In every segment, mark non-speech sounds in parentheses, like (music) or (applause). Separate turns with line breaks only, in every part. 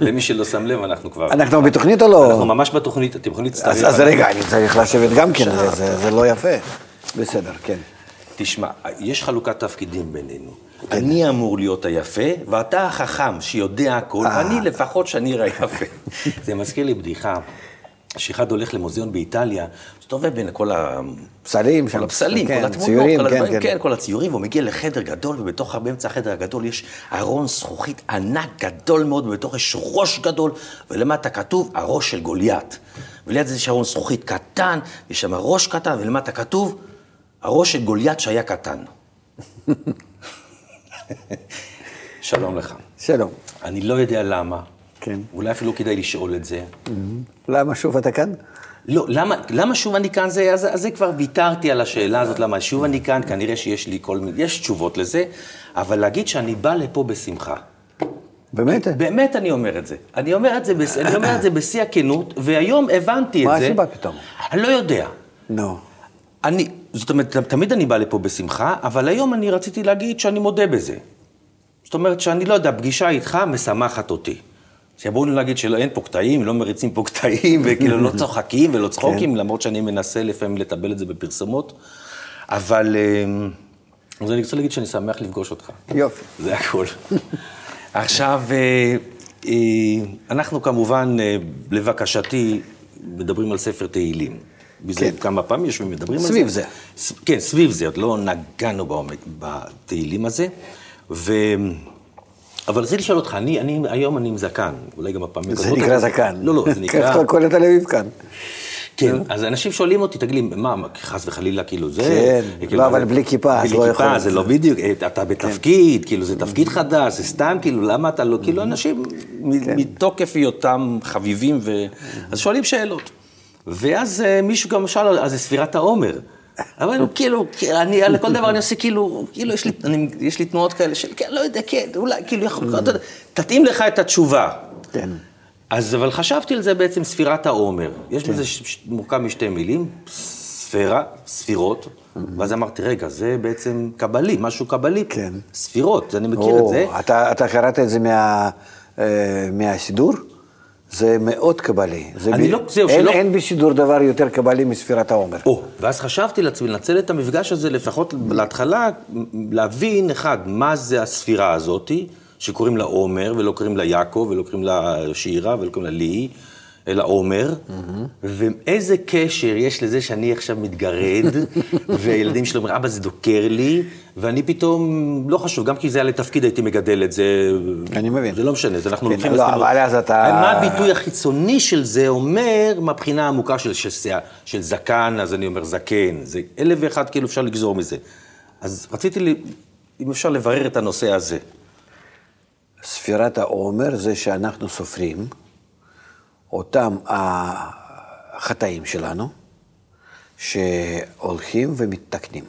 למי שלא שם לב, אנחנו כבר...
אנחנו בתוכנית או לא?
אנחנו ממש בתוכנית, אתם יכולים להצטרף.
אז אז רגע, אני צריך לשבת גם כן, זה- זה- זה לא יפה. בסדר, כן.
תשמע, יש חלוקת תפקידים בינינו.
כן.
אני אמור להיות היפה, ואתה החכם שיודע הכל,
אה.
אני לפחות שאני היפה. זה מזכיר לי בדיחה, שאחד הולך למוזיאון באיטליה, מסתובב בין כל ה...
פסלים שם.
כל הפסלים,
כן,
כל התמונות,
ציורים,
כל
כן,
הדברים,
כן.
כן, כל הציורים, והוא מגיע לחדר גדול, ובתוך, באמצע החדר הגדול יש ארון זכוכית ענק גדול מאוד, ובתוך יש ראש גדול, ולמטה כתוב הראש של גוליית. וליד זה יש ארון זכוכית קטן, יש שם ראש קטן, ולמטה כתוב הראש של גוליית שהיה
(laughs)
קטן. שלום לך.
שלום.
אני לא יודע למה.
כן.
אולי אפילו כדאי לשאול את זה.
למה שוב אתה כאן?
לא, למה, למה שוב אני כאן? זה, אז, אז זה כבר ויתרתי על השאלה הזאת, למה שוב אני כאן, כנראה שיש לי כל מיני, יש תשובות לזה, אבל להגיד שאני בא לפה בשמחה.
באמת?
באמת אני אומר את זה. אני אומר את זה, בש- אני אומר את זה בשיא הכנות, והיום הבנתי את
מה
זה.
הסיבה פתאום?
אני לא יודע.
נו.
אני, זאת אומרת, תמיד אני בא לפה בשמחה, אבל היום אני רציתי להגיד שאני מודה בזה. זאת אומרת שאני לא יודע, פגישה איתך משמחת אותי. שיבואו לי להגיד שאין פה קטעים, לא מריצים פה קטעים, וכאילו לא צוחקים ולא צחוקים, למרות שאני מנסה לפעמים לטבל את זה בפרסומות. אבל... אמ, אז אני רוצה להגיד שאני שמח לפגוש אותך.
יופי.
זה הכל. עכשיו, אה, אה, אנחנו כמובן, אה, לבקשתי, מדברים על ספר תהילים. כן.
כן.
כמה פעמים יושבים ומדברים על זה.
סביב זה.
ס- כן, סביב זה, עוד לא נגענו בעומק, בתהילים הזה. ו... אבל רציתי לשאול אותך, אני, אני, היום אני עם זקן, אולי גם הפעמים...
זה
הקודמות-
נקרא זקן.
לא,
(laughs)
לא, זה נקרא...
ככה כל את הלביב כאן.
כן, אז אנשים שואלים אותי, תגיד לי, מה, מה, חס וחלילה, כאילו זה...
כן,
כאילו,
לא,
מה
אבל
זה-
בלי כיפה, אז
בלי
לא
כיפה,
יכול. כן.
זה לא בדיוק, אה, אתה בתפקיד, כאילו זה תפקיד חדש, זה סתם, כאילו, למה אתה לא...
Mm-hmm.
כאילו, אנשים מ-
כן.
מתוקף היותם חביבים, ו- אז שואלים שאלות. ואז אה, מישהו גם שאל, אז זה ספירת העומר. אבל כאילו, כאילו, אני, על כל דבר אני עושה כאילו, כאילו, יש לי, אני, יש לי תנועות כאלה של, כן, לא יודע, כן, אולי, כאילו, יכול- אתה יודע, תתאים לך את התשובה.
כן.
אז אבל חשבתי על זה בעצם ספירת העומר. יש
כן.
בזה ש- ש- מורכב משתי מילים, ספירה, ספירות, ואז אמרתי, רגע, זה בעצם קבלי, משהו קבלי.
כן.
ספירות, אני מכיר את זה.
או, אתה- אתה קראת את זה מה- אה, מהסידור? זה מאוד קבלי. זה
אני
ב-
לא- זהו,
אין-
שלא-
אין בשידור דבר יותר קבלי מספירת העומר.
או, ואז חשבתי לעצמי לנצל את המפגש הזה, לפחות להתחלה, להבין, אחד, מה זה הספירה הזאתי, שקוראים לה עומר, ולא קוראים לה יעקב, ולא קוראים לה שירה, ולא קוראים לה לי, אלא עומר, ואיזה קשר יש לזה שאני עכשיו
(laughs)
מתגרד, והילדים שלי אומרים, אבא, זה דוקר לי, ואני פתאום, לא חשוב, גם כי זה היה לתפקיד, הייתי מגדל את זה.
אני מבין.
זה לא משנה, זה אנחנו
כן,
לוקחים...
לא,
לספירות.
אבל אז אתה-
מה הביטוי החיצוני של זה אומר, מהבחינה העמוקה של, של, שיער- של זקן, אז אני אומר זקן, זה אלף ואחד כאילו אפשר לגזור מזה. אז רציתי, ל... אם אפשר לברר את הנושא הזה.
ספירת העומר זה שאנחנו סופרים אותם החטאים שלנו, שהולכים ומתקנים.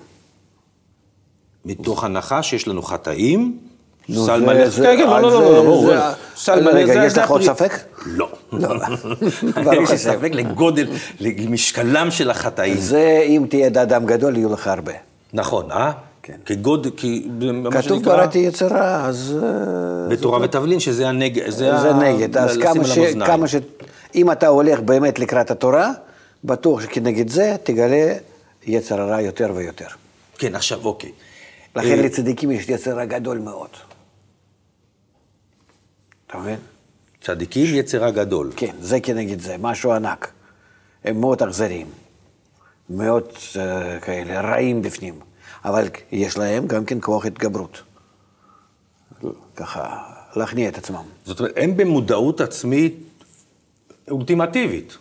מתוך הנחה שיש לנו חטאים,
נו,
סל
זה-
מלא,
זה-
כן, כן, לא,
אז
לא,
זה-
לא, לא, ברור,
זה-
ברור. סל מלא,
רגע,
זה-
יש
זה
לך עוד
הפרי-
ספק? (laughs)
לא. (laughs)
ברוך
יש לי
השם.
ספק לגודל, למשקלם של החטאים.
זה, אם תהיה אדם גדול, יהיו לך הרבה.
נכון, אה?
כן.
כגודל, כי... מה
כתוב
שנקרא-
בראתי יצרה, אז... אה,
בתורה ותבלין, שזה הנגד.
זה נגד. אז כמה ש... כמה ש... אם אתה הולך באמת לקראת התורה, בטוח שכנגד זה תגלה יצר הרע יותר ויותר.
כן, עכשיו, אוקיי.
לכן לצדיקים יש יצר רע גדול מאוד. אתה מבין?
צדיקים יצרה גדול.
כן, זה כנגד זה, משהו ענק. הם מאוד אכזריים, מאוד uh, כאלה, רעים בפנים, אבל יש להם גם כן כוח התגברות. ככה, להכניע את עצמם.
זאת אומרת, הם במודעות עצמית אולטימטיבית.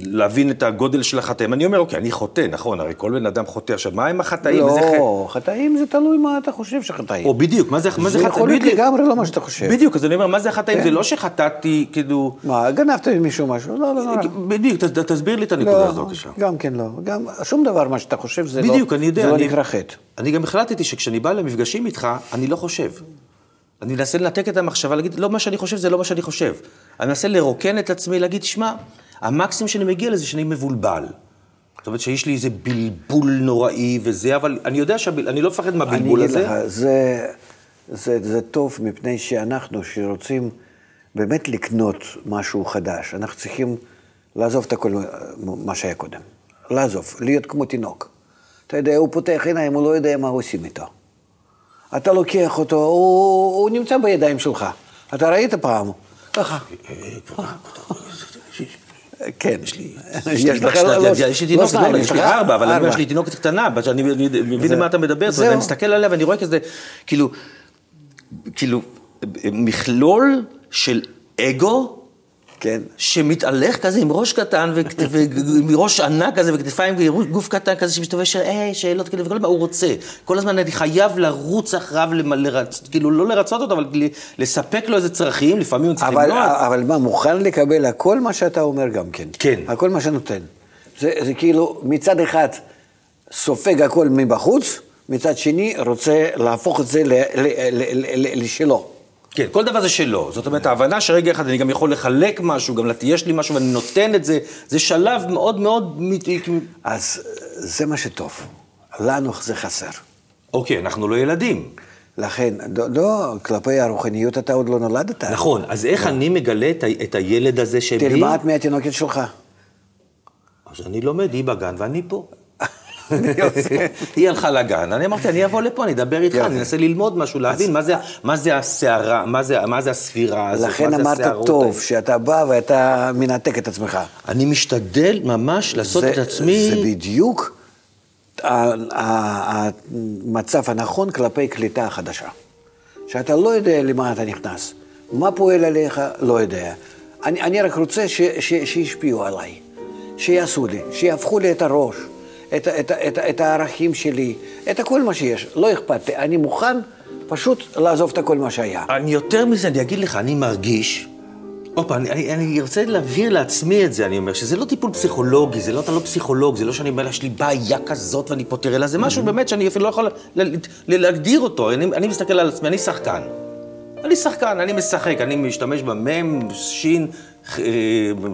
להבין את הגודל של החטאים. אני אומר, אוקיי, אני חוטא, נכון, הרי כל בן אדם חוטא. עכשיו, מה עם החטאים? איזה חטא?
לא, חטאים זה תלוי מה אתה חושב שחטאים.
או בדיוק, מה זה מה
זה
חטא?
יכול להיות
בדיוק.
לגמרי כן. לא מה שאתה חושב.
בדיוק, אז אני אומר, מה זה החטאים? זה לא שחטאתי, כאילו...
מה, גנבת ממישהו משהו? לא, לא, לא.
בדיוק, ת- ת- תסביר לי את הנקודה הזאת,
לא,
בבקשה.
גם כן לא. גם, שום דבר מה שאתה חושב זה לא...
בדיוק, אני יודע.
זה לא
אני-
נקרא חטא.
אני גם החלטתי שכשאני בא למפגשים איתך, אני לא חושב. אני מנסה לנתק את המחשבה, להגיד, לא, מה שאני חושב זה לא מה שאני חושב. אני מנסה לרוקן את עצמי, להגיד, שמע, המקסימום שאני מגיע לזה שאני מבולבל. זאת אומרת שיש לי איזה בלבול נוראי וזה, אבל אני יודע שאני לא מפחד
אני
מהבלבול
אגיד
הזה.
לך, זה, זה, זה טוב מפני שאנחנו, שרוצים באמת לקנות משהו חדש. אנחנו צריכים לעזוב את הכל, אה, מה שהיה קודם. לעזוב, להיות כמו תינוק. אתה יודע, הוא פותח עיניים, הוא לא יודע מה עושים איתו. אתה לוקח אותו, הוא, הוא נמצא בידיים שלך. אתה ראית פעם?
(laughs)
ככה. כן. יש לי,
יש לי בת שנה, יש לי תינוקת, לא, יש לי ארבע, אבל אני אומר, יש לי תינוקת קטנה, בת שאני אני מבין
זה-
למה אתה מדבר, זאת
זהו.
אומרת, אני מסתכל עליה ואני רואה כזה, כאילו, כאילו, מכלול של אגו.
כן.
שמתהלך כזה עם ראש קטן, וכת- ועם ראש ענק כזה, וכתפיים וגוף קטן כזה, שמסתובב של אה, שאלות כאלה, וכל מה הוא רוצה. כל הזמן אני חייב לרוץ אחריו, למ- לרצ- כאילו לא לרצות אותו, אבל כאילו לספק לו איזה צרכים, לפעמים הוא צריך
אבל,
למנוע.
אבל מה, מוכן לקבל הכל מה שאתה אומר גם כן.
כן.
הכל מה שנותן. זה, זה כאילו, מצד אחד סופג הכל מבחוץ, מצד שני רוצה להפוך את זה ל, ל, ל, ל, ל, לשלו.
כן, כל דבר זה שלו. זאת אומרת, ההבנה שרגע אחד אני גם יכול לחלק משהו, גם לת- יש לי משהו ואני נותן את זה, זה שלב מאוד מאוד... מת-
אז זה מה שטוב. לנו זה חסר.
אוקיי, אנחנו לא ילדים.
לכן, לא, לא, כלפי הרוחניות אתה עוד לא נולדת.
נכון, אז איך אני מגלה את ה- את הילד הזה שבי?
תלמד מהתינוקת שלך.
אז אני לומד, היא בגן ואני (laughs) פה. היא הלכה לגן, אני אמרתי, אני אבוא לפה, אני אדבר איתך,
יופי.
אני אנסה ללמוד משהו, להבין מה זה- מה זה הסערה, מה זה- מה זה הספירה הזאת, מה
לכן
זה
אמרת
הסערות האלה.
טוב, שאתה בא ואתה מנתק את עצמך.
אני משתדל ממש לעשות
זה-
את עצמי...
זה בדיוק ה- ה- המצב הנכון כלפי קליטה החדשה. שאתה לא יודע למה אתה נכנס, מה פועל עליך, לא יודע. אני, אני רק רוצה ש, ש, שישפיעו עליי, שיעשו לי, שיהפכו לי את הראש, את, ה- את, ה- את, ה- את הערכים שלי, את הכל מה שיש, לא אכפת לי. אני מוכן פשוט לעזוב את הכל מה שהיה.
אני יותר מזה, אני אגיד לך, אני מרגיש, עוד פעם, אני- אני, אני רוצה להבהיר לעצמי את זה, אני אומר, שזה לא טיפול פסיכולוגי, זה לא, אתה לא פסיכולוג, זה לא שאני אומר, יש לי בעיה כזאת ואני פותר, אלא זה משהו באמת שאני אפילו לא יכול ל- ל- ל- להגדיר אותו. אני, אני מסתכל על עצמי, אני שחקן. אני שחקן, אני משחק, אני משתמש במם, שין, ח- אה,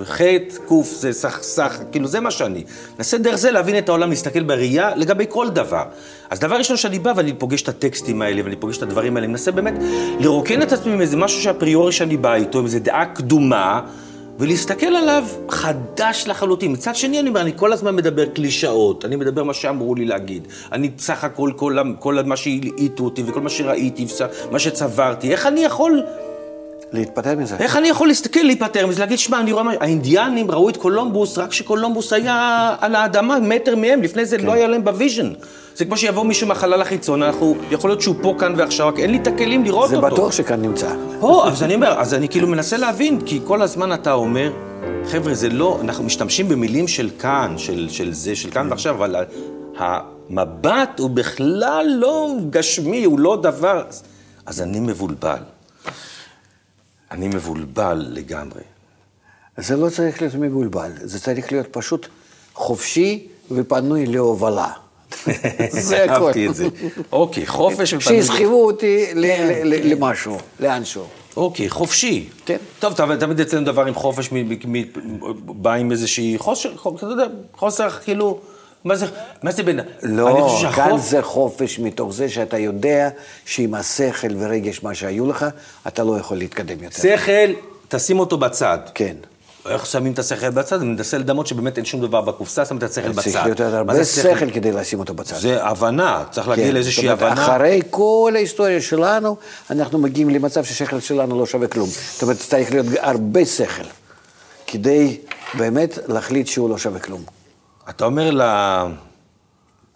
חטא, קוף, זה סך, סך, כאילו זה מה שאני. ננסה דרך זה להבין את העולם, להסתכל בראייה לגבי כל דבר. אז דבר ראשון שאני בא ואני פוגש את הטקסטים האלה ואני פוגש את הדברים האלה, אני מנסה באמת לרוקן את עצמי עם איזה משהו שאפריורי שאני בא איתו, עם איזה דעה קדומה, ולהסתכל עליו חדש לחלוטין. מצד שני, אני אומר, אני כל הזמן מדבר קלישאות, אני מדבר מה שאמרו לי להגיד. אני סך הכל, כל, ה- כל מה שהלעיטו אותי וכל מה שראיתי, מה שצברתי, איך אני יכול
להתפטר מזה.
איך אני יכול להסתכל, להיפטר מזה, להגיד, שמע, אני רואה, מה- האינדיאנים ראו את קולומבוס, רק שקולומבוס היה על האדמה, מטר מהם, לפני
כן.
זה לא היה להם בוויז'ן. זה כמו שיבוא מישהו מהחלל החיצון, אנחנו, יכול להיות שהוא פה כאן ועכשיו, רק אין לי את הכלים לראות
זה
אותו.
בטוח שכאן נמצא.
או, אז אני אומר, אז אני כאילו מנסה להבין, כי כל הזמן אתה אומר, חבר'ה, זה לא, אנחנו משתמשים במילים של כאן, של, של זה, של כאן ועכשיו, אבל ה- המבט הוא בכלל לא גשמי, הוא לא דבר... אז אני מבולבל. אני מבולבל לגמרי.
זה לא צריך להיות מבולבל, זה צריך להיות פשוט חופשי ופנוי להובלה. זה הכול.
אהבתי את זה. אוקיי, חופש ופנוי.
שיסחבו אותי ל- ל- ל- למשהו, לאנשהו.
אוקיי, חופשי.
כן.
טוב, תמיד- תמיד אצלנו דבר עם חופש, מ- מ- מ- בא עם איזושהי חוסר, חו- אתה יודע, חוסר, כאילו, מה זה, מה זה בין... אני
לא,
חושב
כאן
שהחופ-
זה חופש מתוך זה שאתה יודע שעם השכל ורגש מה שהיו לך, אתה לא יכול להתקדם יותר.
שכל, תשים אותו בצד.
כן.
איך שמים את השכל בצד? אני מנסה לדמות שבאמת אין שום דבר בקופסה, שם את השכל בצד.
צריך להיות עוד
מה
הרבה
זה
שכל כדי לשים אותו בצד.
זה הבנה, צריך להגיע
כן,
לאיזושהי
זאת אומרת,
הבנה.
אחרי כל ההיסטוריה שלנו, אנחנו מגיעים למצב שהשכל שלנו לא שווה כלום. זאת אומרת, צריך להיות הרבה שכל, כדי באמת להחליט שהוא לא שווה כלום.
אתה אומר ל-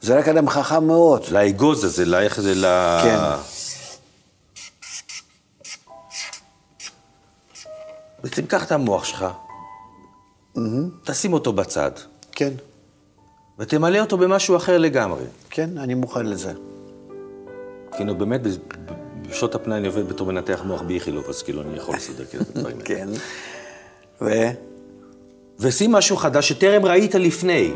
זה רק אדם חכם מאוד.
לאגוז הזה, לאיך זה, ל...
כן.
בעצם קח את המוח שלך, תשים אותו בצד,
כן,
ותמלא אותו במשהו אחר לגמרי.
כן, אני מוכן לזה.
כאילו, באמת, בז- בשעות הפנאי אני עובד בתור מנתח מוח באיכילוב, אז כאילו, אני יכול לסדר כאילו את הדברים האלה.
כן. ו...
(laughs) ושים משהו חדש שטרם ראית לפני.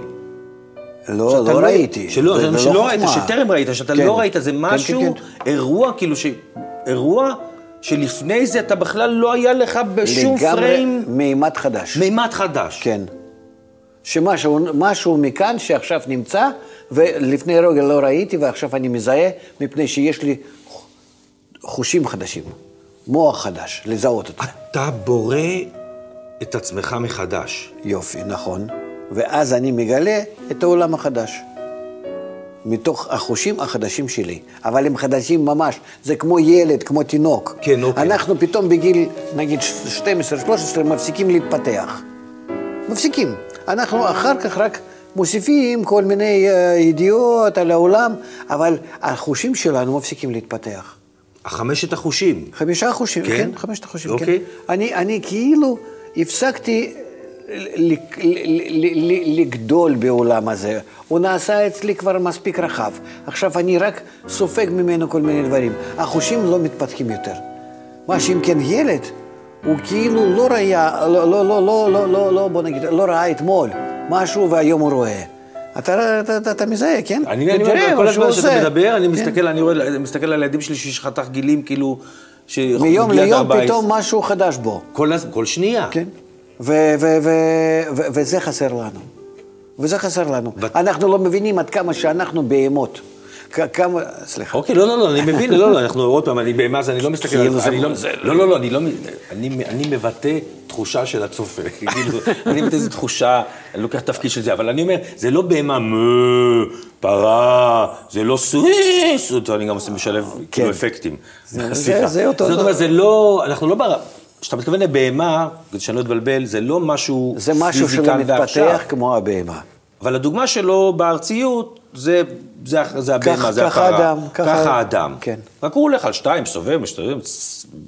לא,
שאתה
לא ראיתי.
שלא,
זה-
זה
זה
שלא
לא
ראית,
חוכמה.
שטרם ראית, שאתה
כן.
לא ראית, זה
כן, כן,
משהו,
כן.
אירוע, כאילו, ש... אירוע שלפני זה אתה בכלל לא היה לך בשום
לגמרי
פריים
מימד חדש.
מימד חדש.
כן. שמשהו משהו מכאן שעכשיו נמצא, ולפני רגע לא ראיתי ועכשיו אני מזהה, מפני שיש לי חושים חדשים, מוח חדש, לזהות אותו.
אתה בורא את עצמך מחדש.
יופי, נכון. ואז אני מגלה את העולם החדש. מתוך החושים החדשים שלי. אבל הם חדשים ממש, זה כמו ילד, כמו תינוק.
כן, אוקיי.
אנחנו פתאום בגיל, נגיד 12-13, מפסיקים להתפתח. מפסיקים. אנחנו אחר כך רק מוסיפים כל מיני אה, ידיעות על העולם, אבל החושים שלנו מפסיקים להתפתח.
החמשת החושים.
חמישה חושים,
כן?
כן, כן חמשת החושים,
אוקיי.
כן. אני, אני כאילו הפסקתי ל- ל- ל- ל- לגדול בעולם הזה. הוא נעשה אצלי כבר מספיק רחב. עכשיו אני רק סופג ממנו כל מיני דברים. החושים לא מתפתחים יותר. מה שאם כן ילד, הוא כאילו לא ראיה, לא, לא, לא, לא, לא, לא, לא, בוא נגיד, לא ראה אתמול משהו והיום הוא רואה. אתה, אתה, אתה, אתה מזהה, כן?
אני, אני
תראה
אומר,
מה
כל
שהוא
הזמן שאתה
עושה.
מדבר, אני
כן.
מסתכל, אני רואה, אני מסתכל על הילדים שלי שיש חתך גילים, כאילו, שמגיע
מיום
עד
ליום
14.
פתאום משהו חדש בו.
כל, הז- כל שנייה.
כן. ו- ו- ו- ו- וזה חסר לנו. וזה חסר לנו.
בת-
אנחנו לא מבינים עד כמה שאנחנו בהמות. כ- כמה, סליחה.
אוקיי, לא, לא, לא, אני מבין, לא, לא, אנחנו עוד פעם, אני בהמה, אז אני לא מסתכל,
כאילו
על-
זה-
אני לא,
זה-
לא, לא, לא, אני לא, אני, אני מבטא תחושה של הצופה, (laughs) כאילו, אני מבטא איזו תחושה, אני לוקח תפקיד של זה, אבל אני אומר, זה לא בהמה מו, פרה, זה לא סוויס, אותו אני גם עושה משלב, כאילו, אפקטים.
כן.
(laughs)
זה-
סליחה.
זה- זה אותו
זאת
דבר.
אומרת, זה לא, אנחנו לא, בר- כשאתה מתכוון לבהמה, כדי שאני לא אתבלבל, זה לא משהו
זה משהו
פיזי כאן
שלא
ועכשיו.
מתפתח כמו הבהמה.
אבל הדוגמה שלו בארציות, זה, זה, זה הבהמה,
כך-
זה
ככה
הפרה.
האדם, ככה-
ככה האדם.
כן.
רק הוא הולך על שתיים, סובב, מסתובב,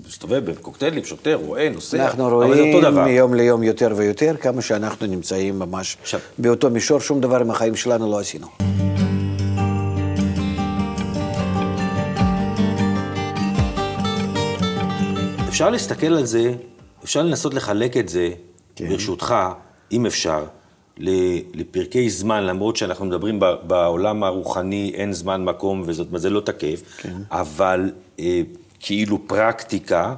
מסתובב בקוקטיילים, שוטר, רואה, נוסע.
אנחנו
אבל זה אותו
רואים
דבר.
מיום ליום יותר ויותר כמה שאנחנו נמצאים ממש
עכשיו-
באותו מישור, שום דבר עם החיים שלנו לא עשינו.
אפשר להסתכל על זה, אפשר לנסות לחלק את זה,
כן.
ברשותך, אם אפשר, ל- לפרקי זמן, למרות שאנחנו מדברים ב- בעולם הרוחני, אין זמן, מקום, וזאת אומרת, זה לא תקף, כן. אבל אה, כאילו פרקטיקה,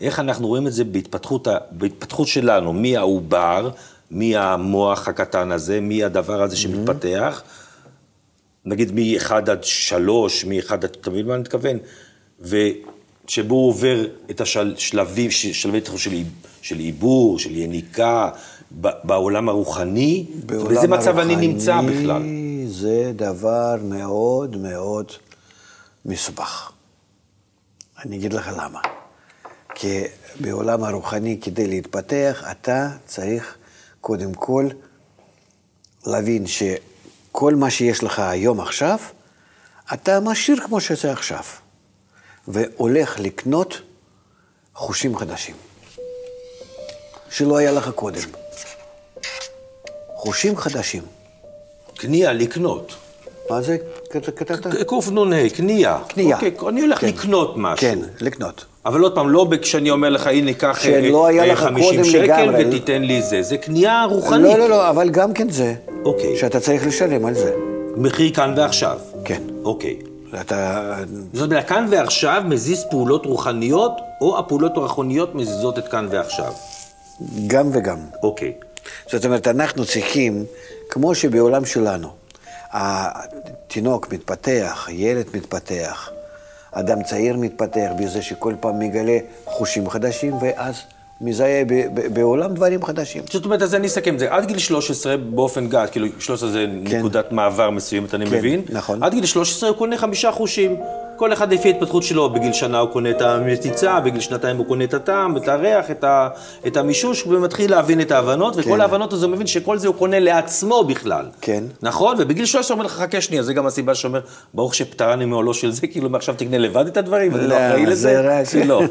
איך אנחנו רואים את זה בהתפתחות, ה- בהתפתחות שלנו, מהעובר, מהמוח הקטן הזה, מהדבר הזה שמתפתח. נגיד מ-1 עד 3, מ-1 עד, אתה מבין מה אני מתכוון? ושבו הוא עובר את השלבים, שלבי תחום של, עיב- של עיבור, של יניקה, ב- בעולם הרוחני,
בעולם
באיזה מצב אני
הרוחני
נמצא בכלל?
זה דבר מאוד מאוד מסובך. אני אגיד לך למה. כי בעולם הרוחני, כדי להתפתח, אתה צריך קודם כל להבין שכל מה שיש לך היום עכשיו, אתה משאיר כמו שזה עכשיו, והולך לקנות חושים חדשים, שלא היה לך קודם. חושים חדשים.
קנייה, לקנות.
מה זה כת- כתבת?
קנ"ה, קנייה.
כן. קנייה.
אוקיי, אני הולך
כן.
לקנות משהו.
כן, לקנות.
אבל עוד פעם, לא כשאני אומר לך, הנה, קח אה,
שלא היה
אה,
לך
50
קודם
שקל
לגמרי.
ותיתן לי זה. זה קנייה רוחנית.
לא, לא, לא, אבל גם כן זה.
אוקיי.
שאתה צריך לשלם על זה.
מחיר כאן ועכשיו.
כן.
אוקיי.
אתה...
זאת אומרת, כאן ועכשיו מזיז פעולות רוחניות, או הפעולות הרוחניות מזיזות את כאן ועכשיו.
גם וגם.
אוקיי.
זאת אומרת, אנחנו צריכים, כמו שבעולם שלנו, התינוק מתפתח, ילד מתפתח, אדם צעיר מתפתח בזה שכל פעם מגלה חושים חדשים, ואז מזהה ב- ב- בעולם דברים
(laughs)
חדשים.
זאת אומרת, אז אני אסכם את זה. עד גיל 13, באופן גס, כאילו, 13 זה
כן.
נקודת מעבר מסוימת, אני
כן,
מבין.
נכון.
עד גיל 13 הוא קונה חמישה חושים. כל אחד לפי ההתפתחות שלו, בגיל שנה הוא קונה את המציצה, בגיל שנתיים הוא קונה את הטעם, את הריח, את, ה, את המישוש, ומתחיל להבין את ההבנות, וכל
כן.
ההבנות הזה הוא מבין שכל זה הוא קונה לעצמו בכלל.
כן.
נכון? ובגיל 13 אומר לך, חכה שנייה, זה גם הסיבה שאומר, ברוך שפטרני מעולו של זה, כאילו מעכשיו תקנה לבד את הדברים, ואתה לא
לא,
אחראי
זה
לזה?
רק-
לא.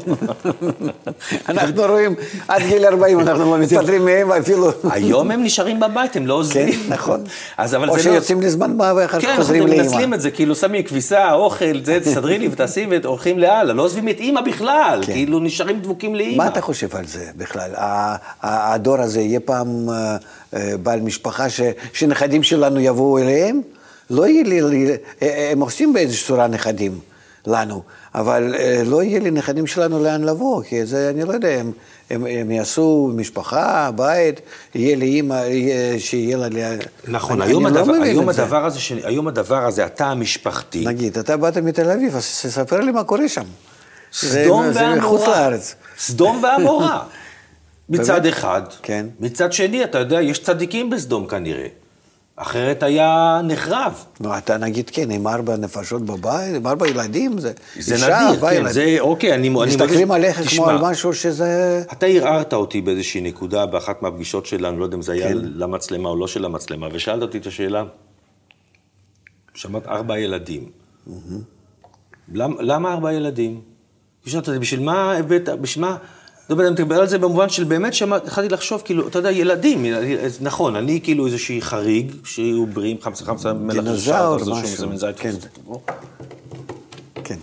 אנחנו רואים, עד גיל 40 אנחנו לא מתפטרים מהם אפילו.
היום הם נשארים בבית, הם לא
כן,
עוזבים.
נכון.
אז אבל
או
זה לא...
שיוצאים לזמן מה ואחר כך
כן,
חוזרים
אנחנו
לאימא.
מנצלים את זה, כאילו שמים כביסה, אוכל,
(laughs)
זה, תסדרי לי ותעשי והולכים לאללה, לא עוזבים את אימא בכלל,
כן.
כאילו נשארים דבוקים לאימא.
מה אתה חושב על זה בכלל? ה- ה- הדור הזה יהיה פעם אה, אה, בעל משפחה ש- שנכדים שלנו יבואו אליהם? לא יהיה לי- לי, אה, הם עושים באיזושהי צורה נכדים לנו, אבל אה, לא יהיה לי נכדים שלנו לאן לבוא, כי זה, אני לא יודע, הם, הם, הם יעשו משפחה, בית, יהיה לי אימא, אה, שיהיה לה... ל-
נכון,
אני-
היום
אני לא
הדבר-
מבין
היום
את זה.
הדבר הזה, ש- היום הדבר הזה, התא המשפחתי,
נגיד, אתה באת מתל אביב, אז תספר לי מה קורה שם. זה-
סדום
זה
ועמורה.
מחוץ לארץ.
סדום ועמורה. מצד
(laughs) באמת?
אחד.
כן.
מצד שני, אתה יודע, יש צדיקים בסדום כנראה. אחרת היה נחרב.
נו, אתה נגיד כן, עם ארבע נפשות בבית, עם ארבע ילדים, זה...
זה
אישה,
נדיר,
ארבע
כן,
ילדים.
זה אוקיי, אני... אני
מסתכלים
מבקש-
עליך כמו
תשמע,
על משהו שזה...
אתה ערערת אותי באיזושהי נקודה באחת מהפגישות שלנו, לא יודע אם זה
כן.
היה למצלמה או לא של המצלמה, ושאלת אותי את השאלה, שמעת ארבע ילדים.
Mm-hmm.
למ- למה ארבע ילדים? שאלת אותי, בשביל מה הבאת, בשביל מה... לא יודע, אני מדבר על זה במובן של באמת שמעתי, התחלתי לחשוב, כאילו, אתה יודע, ילדים, ילדים, אז נכון, אני כאילו איזושהי חריג, שיהיו בריאים, חמסה חמסה, מלח
דינוזאור,
ושעת, אז זה
משהו,
שום זמן זית,
כן.
וזה-
כן.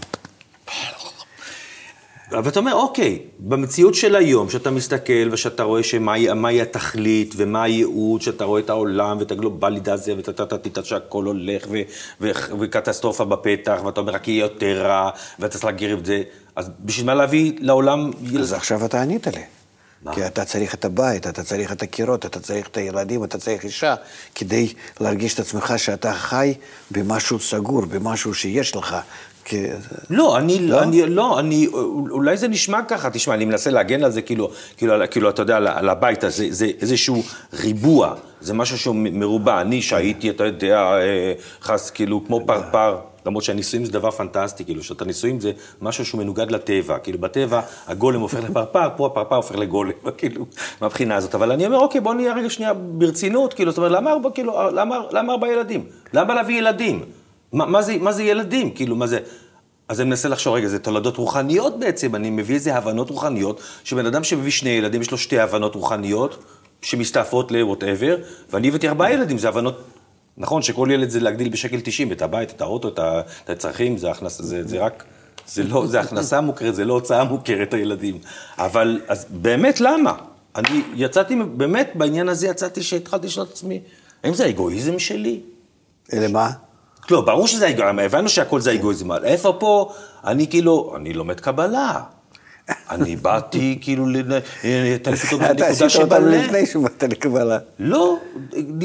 אבל אתה אומר, אוקיי, במציאות של היום, שאתה מסתכל ושאתה רואה שמהי מהי התכלית ומה הייעוד, שאתה רואה את העולם ואת הגלובליזציה וטטטטטט שהכל הולך ו- ו- וקטסטרופה בפתח, ואתה אומר, רק יהיה יותר רע, ואתה צריך להגיר את זה, אז בשביל מה להביא לעולם...
אז עכשיו אתה ענית לי.
מה?
כי אתה צריך את הבית, אתה צריך את הקירות, אתה צריך את הילדים, אתה צריך אישה, כדי להרגיש את עצמך שאתה חי במשהו סגור, במשהו שיש לך. כי...
לא, אני, לא? אני, לא, אני, אולי זה נשמע ככה, תשמע, אני מנסה להגן על זה, כאילו, כאילו, על- כאילו אתה יודע, על, על הבית הזה, זה איזשהו ריבוע, זה משהו שהוא מ- מרובע. אני, שהייתי, אתה יודע, אה, חס, כאילו, כמו פרפר. למרות שהניסויים זה דבר פנטסטי, כאילו, שאתה ניסויים זה משהו שהוא מנוגד לטבע. כאילו, בטבע הגולם הופך לפרפר, פה הפרפר הופך לגולם, (laughs) כאילו, מהבחינה הזאת. אבל אני אומר, אוקיי, בוא נהיה רגע שנייה ברצינות, כאילו, זאת אומרת, למה ארבע, כאילו, למה, למה ארבע ילדים? למה להביא ילדים? מה, מה, זה, מה זה ילדים? כאילו, מה זה... אז אני מנסה לחשוב, רגע, זה תולדות רוחניות בעצם, אני מביא איזה הבנות רוחניות, שבן אדם שמביא שני ילדים, יש לו שתי הבנות רוחניות, שמסתעפות ל-whatever, ואני הבאתי ארבעה ילדים, זה הבנות... נכון שכל ילד זה להגדיל בשקל 90, את הבית, את האוטו, את ה- את הצרכים, זה הכנסה, זה, זה רק... זה לא, זה הכנסה מוכרת, זה לא הוצאה מוכרת, הילדים. אבל, אז באמת, למה? אני יצאתי, באמת, בעניין הזה יצאתי שהתחלתי לשאול את עצמי, האם זה האגואיזם שלי?
אלה מה?
לא, ברור שזה האגואיזם, הבנו שהכל זה האגואיזם. אבל איפה פה, אני כאילו, אני לומד קבלה. אני באתי כאילו, לנ- אה, אתה עשית אותי
אתה
בנקודה
עשית אותנו
שבלב.
לפני שבאת לקבלה.
לא,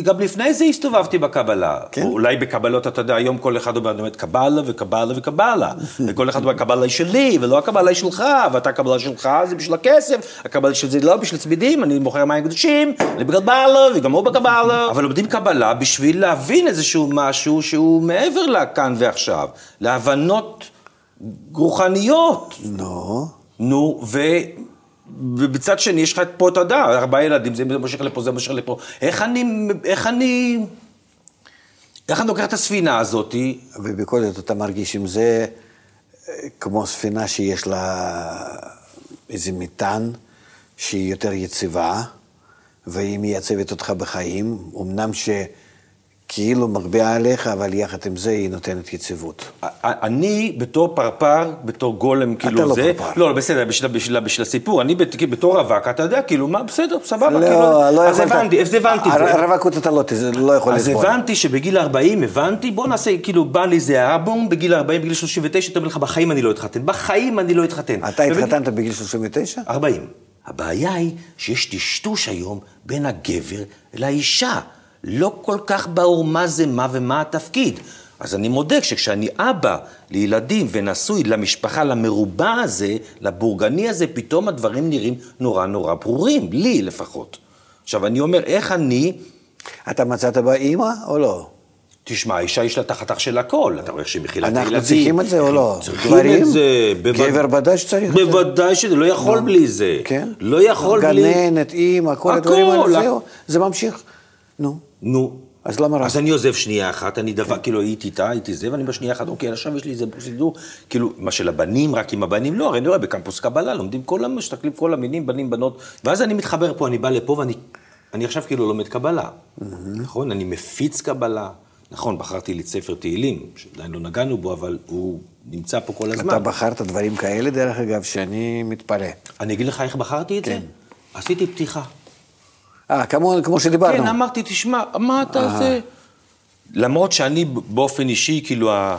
גם לפני זה הסתובבתי בקבלה.
כן?
אולי בקבלות, אתה יודע, היום כל אחד אומר, באמת, קבלה וקבלה וקבלה. וכל אחד אומר, הקבלה היא שלי, ולא הקבלה היא שלך, ואתה הקבלה שלך זה בשביל הכסף, הקבלה של זה לא בשביל צמידים, אני מוכר מים קדושים, אני בקבלה, וגם הוא בקבלה. אבל לומדים קבלה בשביל להבין איזשהו משהו שהוא מעבר לכאן ועכשיו, להבנות רוחניות.
נו,
נו, ו... ובצד שני יש לך את- פה, אתה יודע, ארבעה ילדים, זה מושך לפה, זה מושך לפה. איך אני, איך אני, איך אני לוקח את הספינה הזאתי?
ובכל זאת אתה מרגיש עם זה אה, כמו ספינה שיש לה איזה מטען שהיא יותר יציבה, והיא מייצבת אותך בחיים, אמנם שכאילו מגביה עליך, אבל יחד עם זה היא נותנת יציבות.
א- א- אני בתור פרפר, בתור גולם, כאילו
לא
זה...
פרפר.
לא, בסדר, בשביל, בשביל, בשביל הסיפור, אני בת- כאילו, בתור רווק, אתה יודע, כאילו, מה, בסדר, סבבה,
לא,
כאילו...
לא
אז
יכולת-
הבנתי, אז הבנתי. את זה.
הר- רווקות אתה לא, תז- לא יכול
אז
לסבול.
הבנתי שבגיל 40, הבנתי, בוא נעשה, כאילו, בא לי זה האבום, בגיל 40, בגיל 39, אתה אומר לך, בחיים אני לא אתחתן. בחיים אני לא אתחתן.
אתה
ובגיל-
התחתנת בגיל 39?
40. הבעיה היא שיש טשטוש היום בין הגבר לאישה. לא כל כך ברור מה זה מה ומה התפקיד. אז אני מודה שכשאני אבא לילדים ונשוי למשפחה, למרובע הזה, לבורגני הזה, פתאום הדברים נראים נורא נורא ברורים, לי לפחות. עכשיו, אני אומר, איך אני...
אתה מצאת בה אימא או לא?
תשמע, האישה יש לה את החתך של הכל, אתה רואה איך שהיא מכילה את הילדים.
אנחנו צריכים את זה או לא?
צריכים את זה. בוודאי-
גבר ודאי שצריך את זה.
בוודאי שזה, לא יכול בלי זה.
כן?
לא יכול בלי...
גננת, אימא, כל הדברים
הכל,
האלה,
הכ-
זהו, זה ממשיך. נו,
נו.
אז למה רק?
אז אני עוזב שנייה אחת, אני דבר, כאילו הייתי איתה, הייתי זה, ואני בשנייה אחת, אוקיי, עכשיו יש לי איזה פרוצדור, כאילו, מה של הבנים, רק עם הבנים, לא, הרי אני רואה, בקמפוס קבלה לומדים כל, המ- מסתכלים כל המינים, בנים, בנות, ואז אני מתחבר פה, אני בא לפה ואני, אני עכשיו כאילו לומד קבלה, נכון? אני מפיץ קבלה, נכון, בחרתי לי את ספר תהילים, שעדיין לא נגענו בו, אבל הוא נמצא פה כל הזמן.
אתה בחרת דברים כאלה, דרך אגב, שאני מתפלא.
אני אגיד לך איך בחרתי את זה?
כן.
עשיתי פתיחה.
אה, כמו, כמו שדיברנו.
כן, אמרתי, תשמע, מה אתה זה? אה. למרות שאני באופן אישי, כאילו, ה-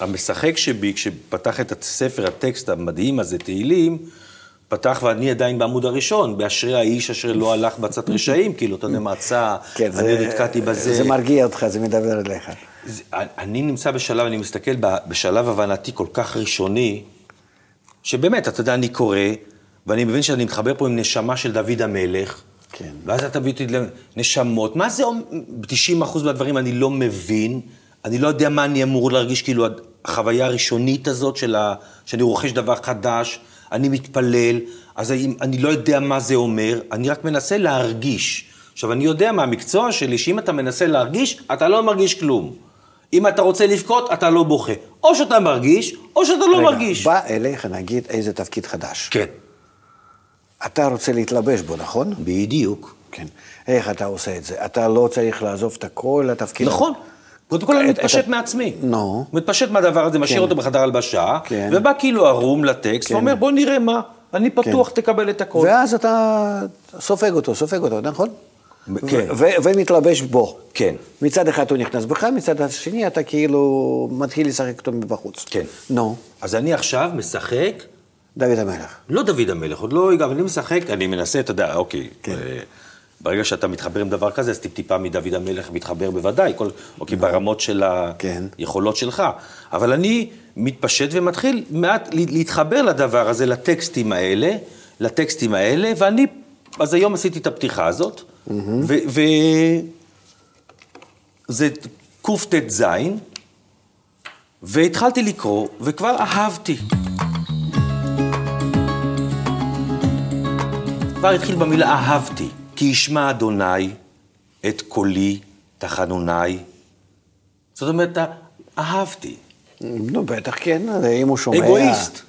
המשחק שבי, כשפתח את הספר, הטקסט המדהים הזה, תהילים, פתח ואני עדיין בעמוד הראשון, באשרי האיש אשר לא הלך בצד רשעים, כאילו, אתה יודע, מצא,
כן,
אני עוד נתקעתי בזה.
זה מרגיע אותך, זה מדבר אליך.
זה- אני נמצא בשלב, אני מסתכל ב- בשלב הבנתי כל כך ראשוני, שבאמת, אתה יודע, אני קורא, ואני מבין שאני מתחבר פה עם נשמה של דוד המלך.
כן.
ואז אתה מביא אותי לנשמות. מה זה אומר? 90% מהדברים אני לא מבין, אני לא יודע מה אני אמור להרגיש, כאילו החוויה הראשונית הזאת של ה... שאני רוכש דבר חדש, אני מתפלל, אז אני, אני לא יודע מה זה אומר, אני רק מנסה להרגיש. עכשיו, אני יודע מהמקצוע שלי, שאם אתה מנסה להרגיש, אתה לא מרגיש כלום. אם אתה רוצה לבכות, אתה לא בוכה. או שאתה מרגיש, או שאתה לא מרגיש.
בא אליך, נגיד, איזה תפקיד חדש.
כן.
אתה רוצה להתלבש בו, נכון?
בדיוק.
כן. איך אתה עושה את זה? אתה לא צריך לעזוב את הכל לתפקיד.
נכון. קודם כל אני
כן. את-
מתפשט
את-
מעצמי.
נו.
מתפשט מהדבר הזה, משאיר
כן.
אותו בחדר הלבשה,
כן.
ובא כאילו ערום לטקסט,
כן.
ואומר בוא נראה מה, אני פתוח, תקבל את הכל.
ואז אתה סופג אותו, סופג אותו, נכון?
ב- כן.
ו- ו- ומתלבש בו.
כן.
מצד אחד הוא נכנס בך, מצד השני אתה כאילו מתחיל לשחק אותו מבחוץ.
כן.
נו,
אז אני עכשיו משחק,
דוד המלך.
לא דוד המלך, עוד לא, אבל אני משחק, אני מנסה, אתה יודע, אוקיי. אה, ברגע שאתה מתחבר עם דבר כזה, אז טיפ-טיפה מדוד המלך מתחבר בוודאי, כל, אוקיי, ברמות של
כן.
היכולות שלך. אבל אני מתפשט ומתחיל מעט ל- להתחבר לדבר הזה, לטקסטים האלה, לטקסטים האלה, ואני, אז היום עשיתי את הפתיחה הזאת, ו- ו- זה קט"ז, והתחלתי לקרוא, וכבר אהבתי. כבר התחיל במילה אהבתי, כי ישמע אדוני את קולי תחנוני. זאת אומרת, אהבתי.
נו, בטח כן, אם הוא שומע...
אגואיסט.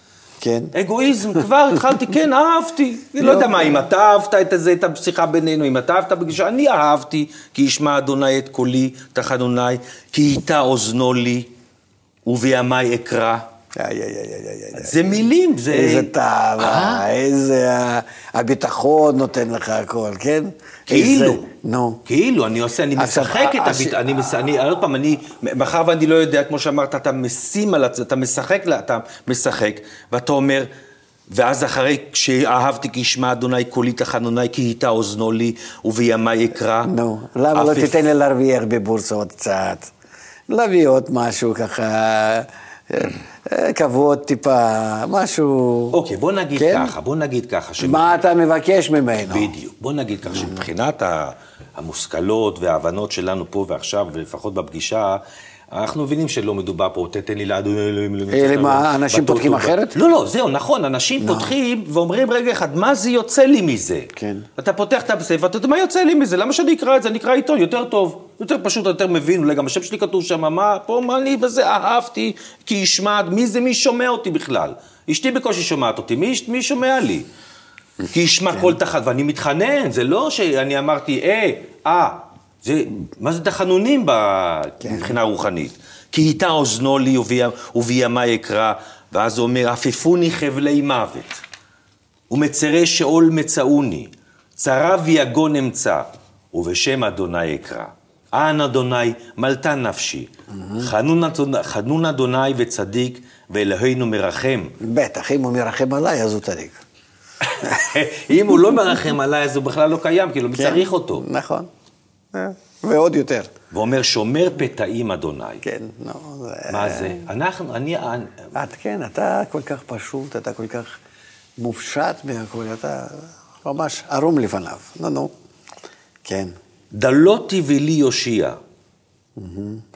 כן.
אגואיזם, כבר התחלתי, (laughs) כן, אהבתי. אני לא יודע מה, אם אתה אהבת את זה, את השיחה בינינו, אם אתה אהבת בגלל שאני אהבתי, כי ישמע אדוני את קולי תחנוני, כי ייטע אוזנו לי, ובימיי אקרא.
איי, איי, איי, איי, איי.
זה מילים, זה...
איזה
אה?
טענה, איזה ה- הביטחון נותן לך הכל, כן?
כאילו,
איזה- נו. אה,
כאילו, אני עושה, אני
עכשיו,
משחק את
ה- הש-
הביט... אני, מש... אני, עוד פעם, אני, מאחר ואני לא יודע, כמו שאמרת, אתה משים על עצמך, אתה משחק, לה- אתה משחק, ואתה אומר, ואז אחרי, כשאהבתי כי ישמע אדוני קולי תחנוני, כי ייטע אוזנו לי, ובימי אקרא.
נו, למה לא
אף-
תיתן לי להרוויח בבורסה עוד קצת? להביא עוד משהו ככה, אה, אה, כבוד טיפה, משהו...
אוקיי, בוא נגיד
כן?
ככה, בוא נגיד ככה. ש-
מה אתה מבקש ממנו?
בדיוק. בוא נגיד כך שמבחינת ה- המושכלות וההבנות שלנו פה ועכשיו, ולפחות בפגישה, אנחנו מבינים שלא מדובר פה, תתן לי לעד...
אלה מה, אנשים
בטוטו,
פותחים
ב-
אחרת?
לא, לא, זהו, נכון, אנשים פותחים ואומרים, רגע אחד, מה זה יוצא לי מזה?
כן.
אתה פותח את הספר, אתה יודע, מה יוצא לי מזה? למה שאני אקרא את זה? אני אקרא עיתון, יותר טוב. יותר פשוט, יותר מבין, אולי גם השם שלי כתוב שם, מה, פה, מה אני בזה, אהבתי, כי ישמע, מי זה, מי שומע אותי בכלל? אשתי בקושי שומעת אותי, מי, מי שומע לי? כי ישמע כל תחת, ואני מתחנן, זה לא שאני אמרתי, אה, אה, זה, מה זה תחנונים ב- מבחינה רוחנית? כי ייטע אוזנו לי ובי- ובימי אקרא, ואז הוא אומר, עפפוני חבלי מוות, ומצרי שאול מצאוני, צרה ויגון אמצא, ובשם אדוני אקרא. אנ אדוני מלתה נפשי, חנון אדוני- חנון אדוני וצדיק, ואלוהינו מרחם.
בטח, אם הוא מרחם עליי, אז הוא צדיק.
אם הוא לא מרחם עליי, אז הוא בכלל לא קיים, כאילו, מי
כן.
צריך אותו?
נכון. אה, ועוד יותר.
ואומר, שומר פתאים אדוני.
כן, נו, זה...
מה זה? אנחנו, אני... אני-
את כן, אתה כל כך פשוט, אתה כל כך מופשט מהכל, אתה ממש ערום לפניו. נו, נו. כן.
דלותי ולי יושיע.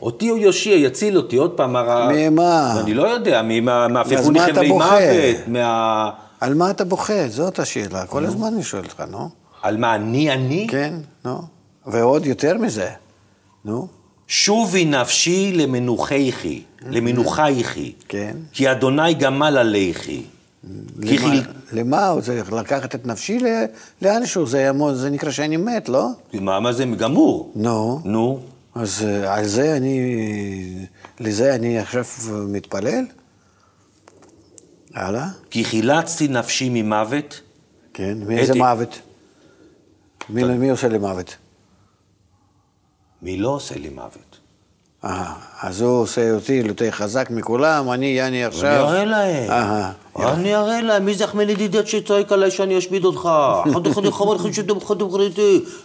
אותי הוא יושיע, יציל אותי, עוד פעם, הרע...
ממה?
אני אה, לא יודע, ממה- מהפיכוני
מה אתה
חבלי
בוכה?
מוות, מה...
על מה אתה בוכה? זאת השאלה. כל הזמן אני שואל אותך, נו.
על מה אני אני?
כן, נו. ועוד יותר מזה. נו.
שובי נפשי למנוחייכי, למנוחייכי.
כן.
כי אדוני גמל עליכי. כי
למה-
חיל...
למה הוא צריך לקחת את נפשי ל- לאנשהו? זה ימות- זה נקרא שאני מת, לא?
מה מה זה גמור?
נו.
נו.
אז אה, על זה אני... לזה אני עכשיו מתפלל? הלאה?
כי חילצתי נפשי ממוות,
כן, מאיזה
אתי.
מוות? מי, מי עושה לי מוות?
מי לא עושה לי מוות?
אהה, אז הוא עושה אותי יותר חזק מכולם, אני, יעני
אני
עכשיו...
אראה
אהה,
להם. אני אראה להם. מי זה אחמד ידידיה שצועק עליי שאני אשמיד אותך? חדו חדו חמור חדו שדו חדו חדו.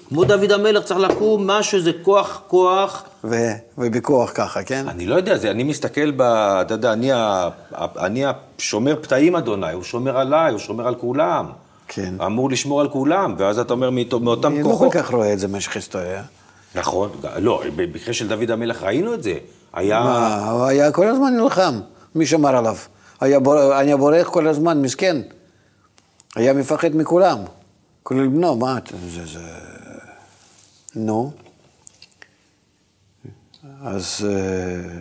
כמו דוד המלך צריך לקום משהו, זה כוח כוח.
ו- ובכוח ככה, כן?
אני לא יודע, זה, אני מסתכל ב... אתה יודע, אני, ה, ה- אני השומר פתאים, אדוני, הוא שומר עליי, הוא שומר על כולם.
כן.
אמור לשמור על כולם, ואז אה, אתה אומר מאותו- מאותם
אני לא כל
כוחות.
כך רואה את זה במשך היסטוריה.
נכון, לא, במקרה של דוד המלך ראינו את זה. היה...
מה, הוא היה כל הזמן נלחם, מי שמר עליו. היה בור- היה בורח כל הזמן, מסכן. היה מפחד מכולם, כולל בנו, מה אתה... זה... זה... נו. אז... אה,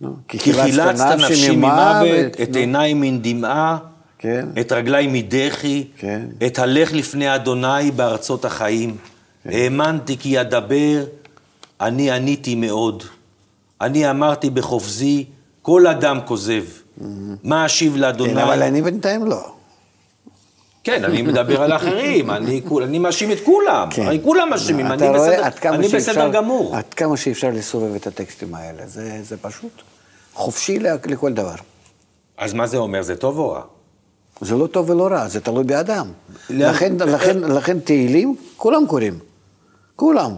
נו,
כי חילצת נפשי ממוות, את
נו,
עיניים מן דמעה,
כן.
את רגליים מדחי,
כן.
את הלך לפני אדוני בארצות החיים.
כן.
האמנתי כי אדבר, אני עניתי מאוד. אני אמרתי בחופזי, כל אדם כוזב. מה אשיב
כן,
לאדוני?
אבל אני בינתיים לא.
כן, אני מדבר על
(laughs)
האחרים, אני כול- אני מאשים את כולם.
כן.
הרי כולם מאשימים,
אתה
אני
רואה
בסדר-
עד כמה
אני
שאפשר-
בסדר גמור.
עד כמה שאפשר לסובב את הטקסטים האלה, זה, זה פשוט חופשי לה- לכל דבר.
אז מה זה אומר, זה טוב או רע?
זה לא טוב ולא רע, זה תלוי באדם.
לא-
לכן, לכן, לכן תהילים, כולם קוראים. כולם.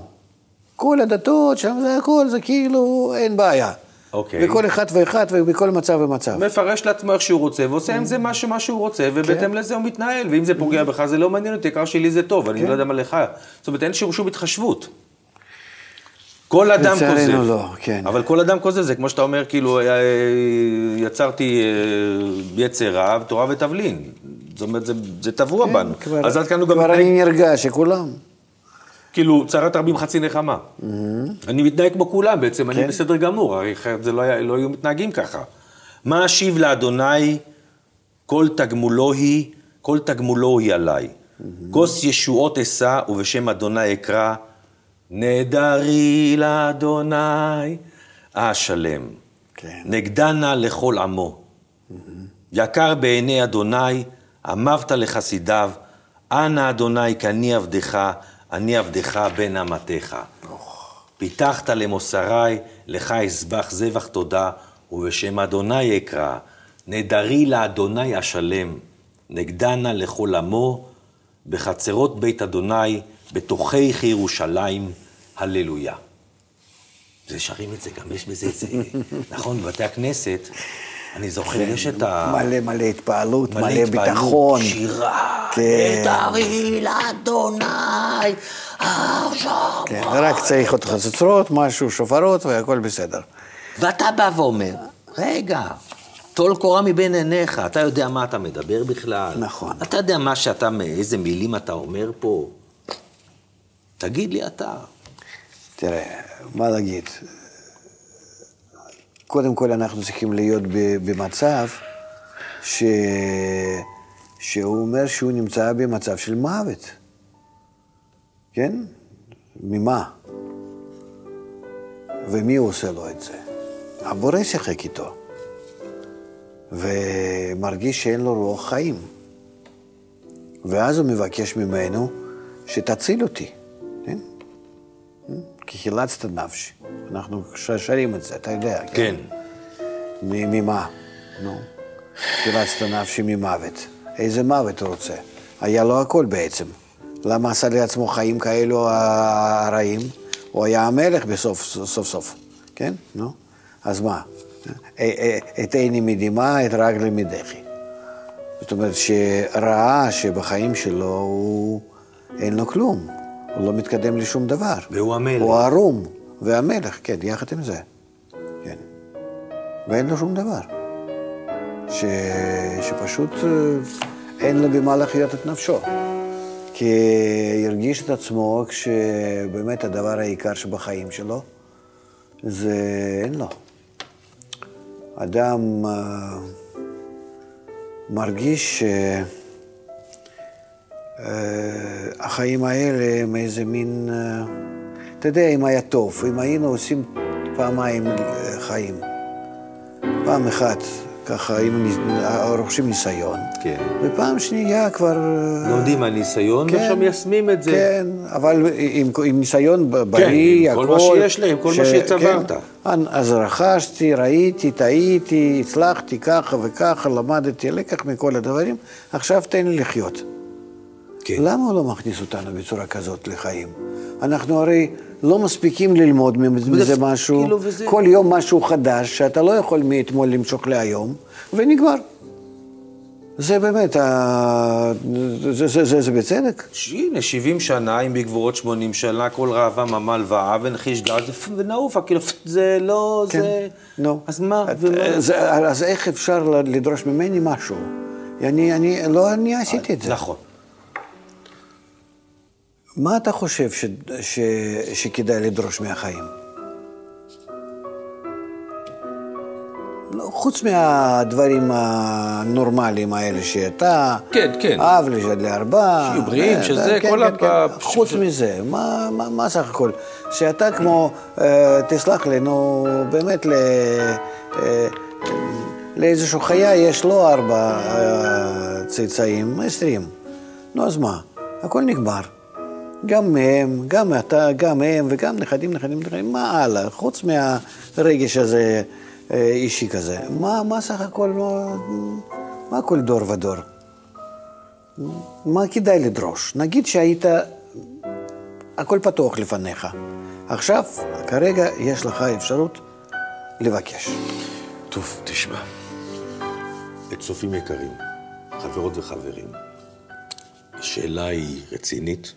כל הדתות שם, זה הכל, זה כאילו אין בעיה.
אוקיי.
בכל אחד ואחד ובכל מצב ומצב.
מפרש לעצמו איך שהוא רוצה, ועושה עם זה מה ש- מה שהוא רוצה, ובהתאם
כן.
לזה הוא מתנהל, ואם זה
Mm-hmm.
פוגע בך זה לא מעניין אותי, העיקר שלי זה טוב,
כן.
אני לא יודע מה לך. זאת אומרת, אין שום שום התחשבות. כל אדם כוזב.
לצערנו לא, כן.
אבל כל אדם כוזב, זה כמו שאתה אומר, כאילו, אה, יצרתי אה, יצר רע, תורה ותבלין. זאת אומרת, זה- זה טבוע בנו.
כן, כבר-
אז עד כאן הוא גם
כבר
מתנהג
אני נרגע שכולם.
כאילו, צרת רבים חצי נחמה. אני מתנהג כמו כולם בעצם, אני בסדר גמור, הרי אחרת זה לא, היה, לא היו מתנהגים ככה. מה אשיב לאדוני, כל תגמולו היא, כל תגמולו היא עליי. כוס ישועות אשא, ובשם אדוני אקרא, נדרי לאדוני, אשלם.
כן.
נגדנה לכל עמו. יקר בעיני אדוני, אמרת לחסידיו, אנא אדוני, כי אני עבדך, אני עבדך בן אמתיך. פיתחת למוסרי, לך אזבח זבח תודה, ובשם אדוני אקרא. נדרי לאדוני אשלם, נגדנה לכל עמו, בחצרות בית אדוני, בתוכך ירושלים, הללויה. זה שרים את זה, גם יש בזה את
(laughs)
זה, נכון, בבתי הכנסת, אני זוכר, יש את ה...
כן. מלא מלא התפעלות, מלא,
התפעלות, אה,
ביטחון.
שירה,
כן.
נדרי לאדוני, עכשיו.
כן, רק צריך עוד חצוצרות, משהו, שופרות והכל בסדר.
ואתה בא ואומר, רגע, טול קורה מבין עיניך, אתה יודע מה אתה מדבר בכלל.
נכון.
אתה יודע מה שאתה, איזה מילים אתה אומר פה. תגיד לי אתה.
תראה, מה להגיד? קודם כל אנחנו צריכים להיות ב- במצב ש... שהוא אומר שהוא נמצא במצב של מוות. כן? ממה? ומי עושה לו את זה? הבורא שיחק איתו. ומרגיש שאין לו רוח חיים. ואז הוא מבקש ממנו שתציל אותי. כן? כי חילצת נפשי. אנחנו ש- שרים את זה, אתה יודע.
כן.
מ- ממה? נו. חילצת נפשי ממוות. איזה מוות הוא רוצה? היה לו הכל בעצם. למה עשה לעצמו חיים כאלו הרעים? הוא היה המלך בסוף סוף סוף, כן? נו. אז מה? א- א- את עיני מדמעה, את רגלי מדחי. זאת אומרת שראה שבחיים שלו הוא... אין לו כלום, הוא לא מתקדם לשום דבר.
והוא המלך.
הוא ערום, והמלך, כן, יחד עם זה. כן. ואין לו שום דבר. ש... שפשוט אה, אין לו במה להחיות את נפשו. כי הרגיש את עצמו כשבאמת הדבר העיקר שבחיים שלו, זה אין לו. אדם אה, מרגיש שהחיים האלה הם איזה מין... אה, אתה יודע, אם היה טוב, אם היינו עושים פעמיים אה, חיים. פעם אחת ככה היינו נ- רוכשים ניסיון.
כן.
ופעם שנייה כבר... אה,
לומדים מהניסיון,
כן,
ועכשיו מיישמים את זה. כן,
כן, אבל עם, עם ניסיון ב- בריא,
עם
הכל.
כל מה שיש לי, עם כל מה שצברת.
כן, אז רכשתי, ראיתי, טעיתי, הצלחתי ככה וככה, למדתי לקח מכל הדברים, עכשיו תן לי לחיות.
כן.
למה הוא לא מכניס אותנו בצורה כזאת לחיים? אנחנו הרי לא מספיקים ללמוד מזה
וזה-
משהו,
כאילו, וזה-
כל יום משהו חדש, שאתה לא יכול מאתמול למשוך להיום, ונגמר. זה באמת, ה... זה, זה, זה, זה בצדק.
הנה, 70 שנה, אם בגבורות 80 שנה, כל ראווה, ממל ואבן, חיש גז, פ- ונעופה, כאילו, פ- זה לא, זה...
כן. נו.
אז מה? לא-
את-
ומה?
אז- אז איך אפשר ל- לדרוש ממני משהו? אני, אני, לא אני עשיתי את זה.
נכון.
מה אתה חושב ש, ש, שכדאי לדרוש מהחיים? לא, חוץ מהדברים הנורמליים האלה שאתה,
כן, כן.
אב לש- לארבע,
שיהיו בריאים,
אה,
שזה,
כן,
כל
כן,
הפ-
כן. חוץ מזה, מה, מה, מה סך הכל? שאתה כמו, אה, תסלח לי, נו, באמת, ל, אה, לאיזשהו חיה יש לא ארבע אה, צאצאים, עשרים. נו, אז מה? הכל נגמר. גם מהם, גם אתה, גם הם, וגם נכדים, נכדים, נכדים, מה הלאה? חוץ מהרגש הזה, אה, אישי כזה. מה, מה סך הכל, מה, מה כל דור ודור? מה כדאי לדרוש? נגיד שהיית, הכל פתוח לפניך. עכשיו, כרגע, יש לך אפשרות לבקש.
טוב, תשמע. את צופים יקרים, חברות וחברים, השאלה היא רצינית,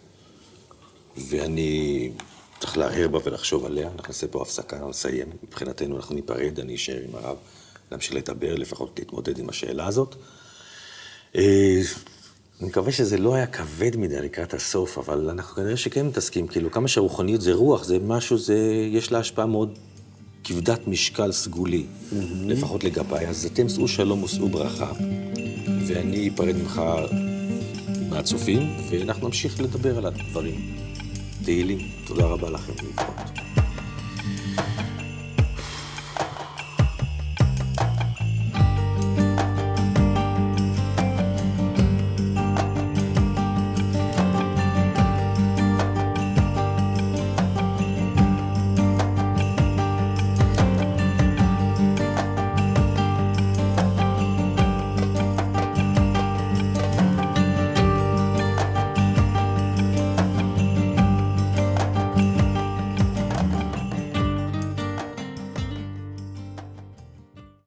ואני צריך להרהר בה ולחשוב עליה. אנחנו נעשה פה הפסקה, נסיים. מבחינתנו אנחנו ניפרד, אני אשאר עם הרב, להמשיך לדבר, לפחות להתמודד עם השאלה הזאת. אה, אני מקווה שזה לא היה כבד מדי לקראת הסוף, אבל אנחנו כנראה שכן מתעסקים, כאילו, כמה שרוחניות זה רוח, זה משהו, זה, יש לה השפעה מאוד כבדת משקל סגולי, לפחות לגביי. אז אתם שאו שלום ושאו ברכה, ואני אפרד ממך מהצופים, ואנחנו נמשיך לדבר על הדברים. תהילים, תודה רבה לכם להתראות.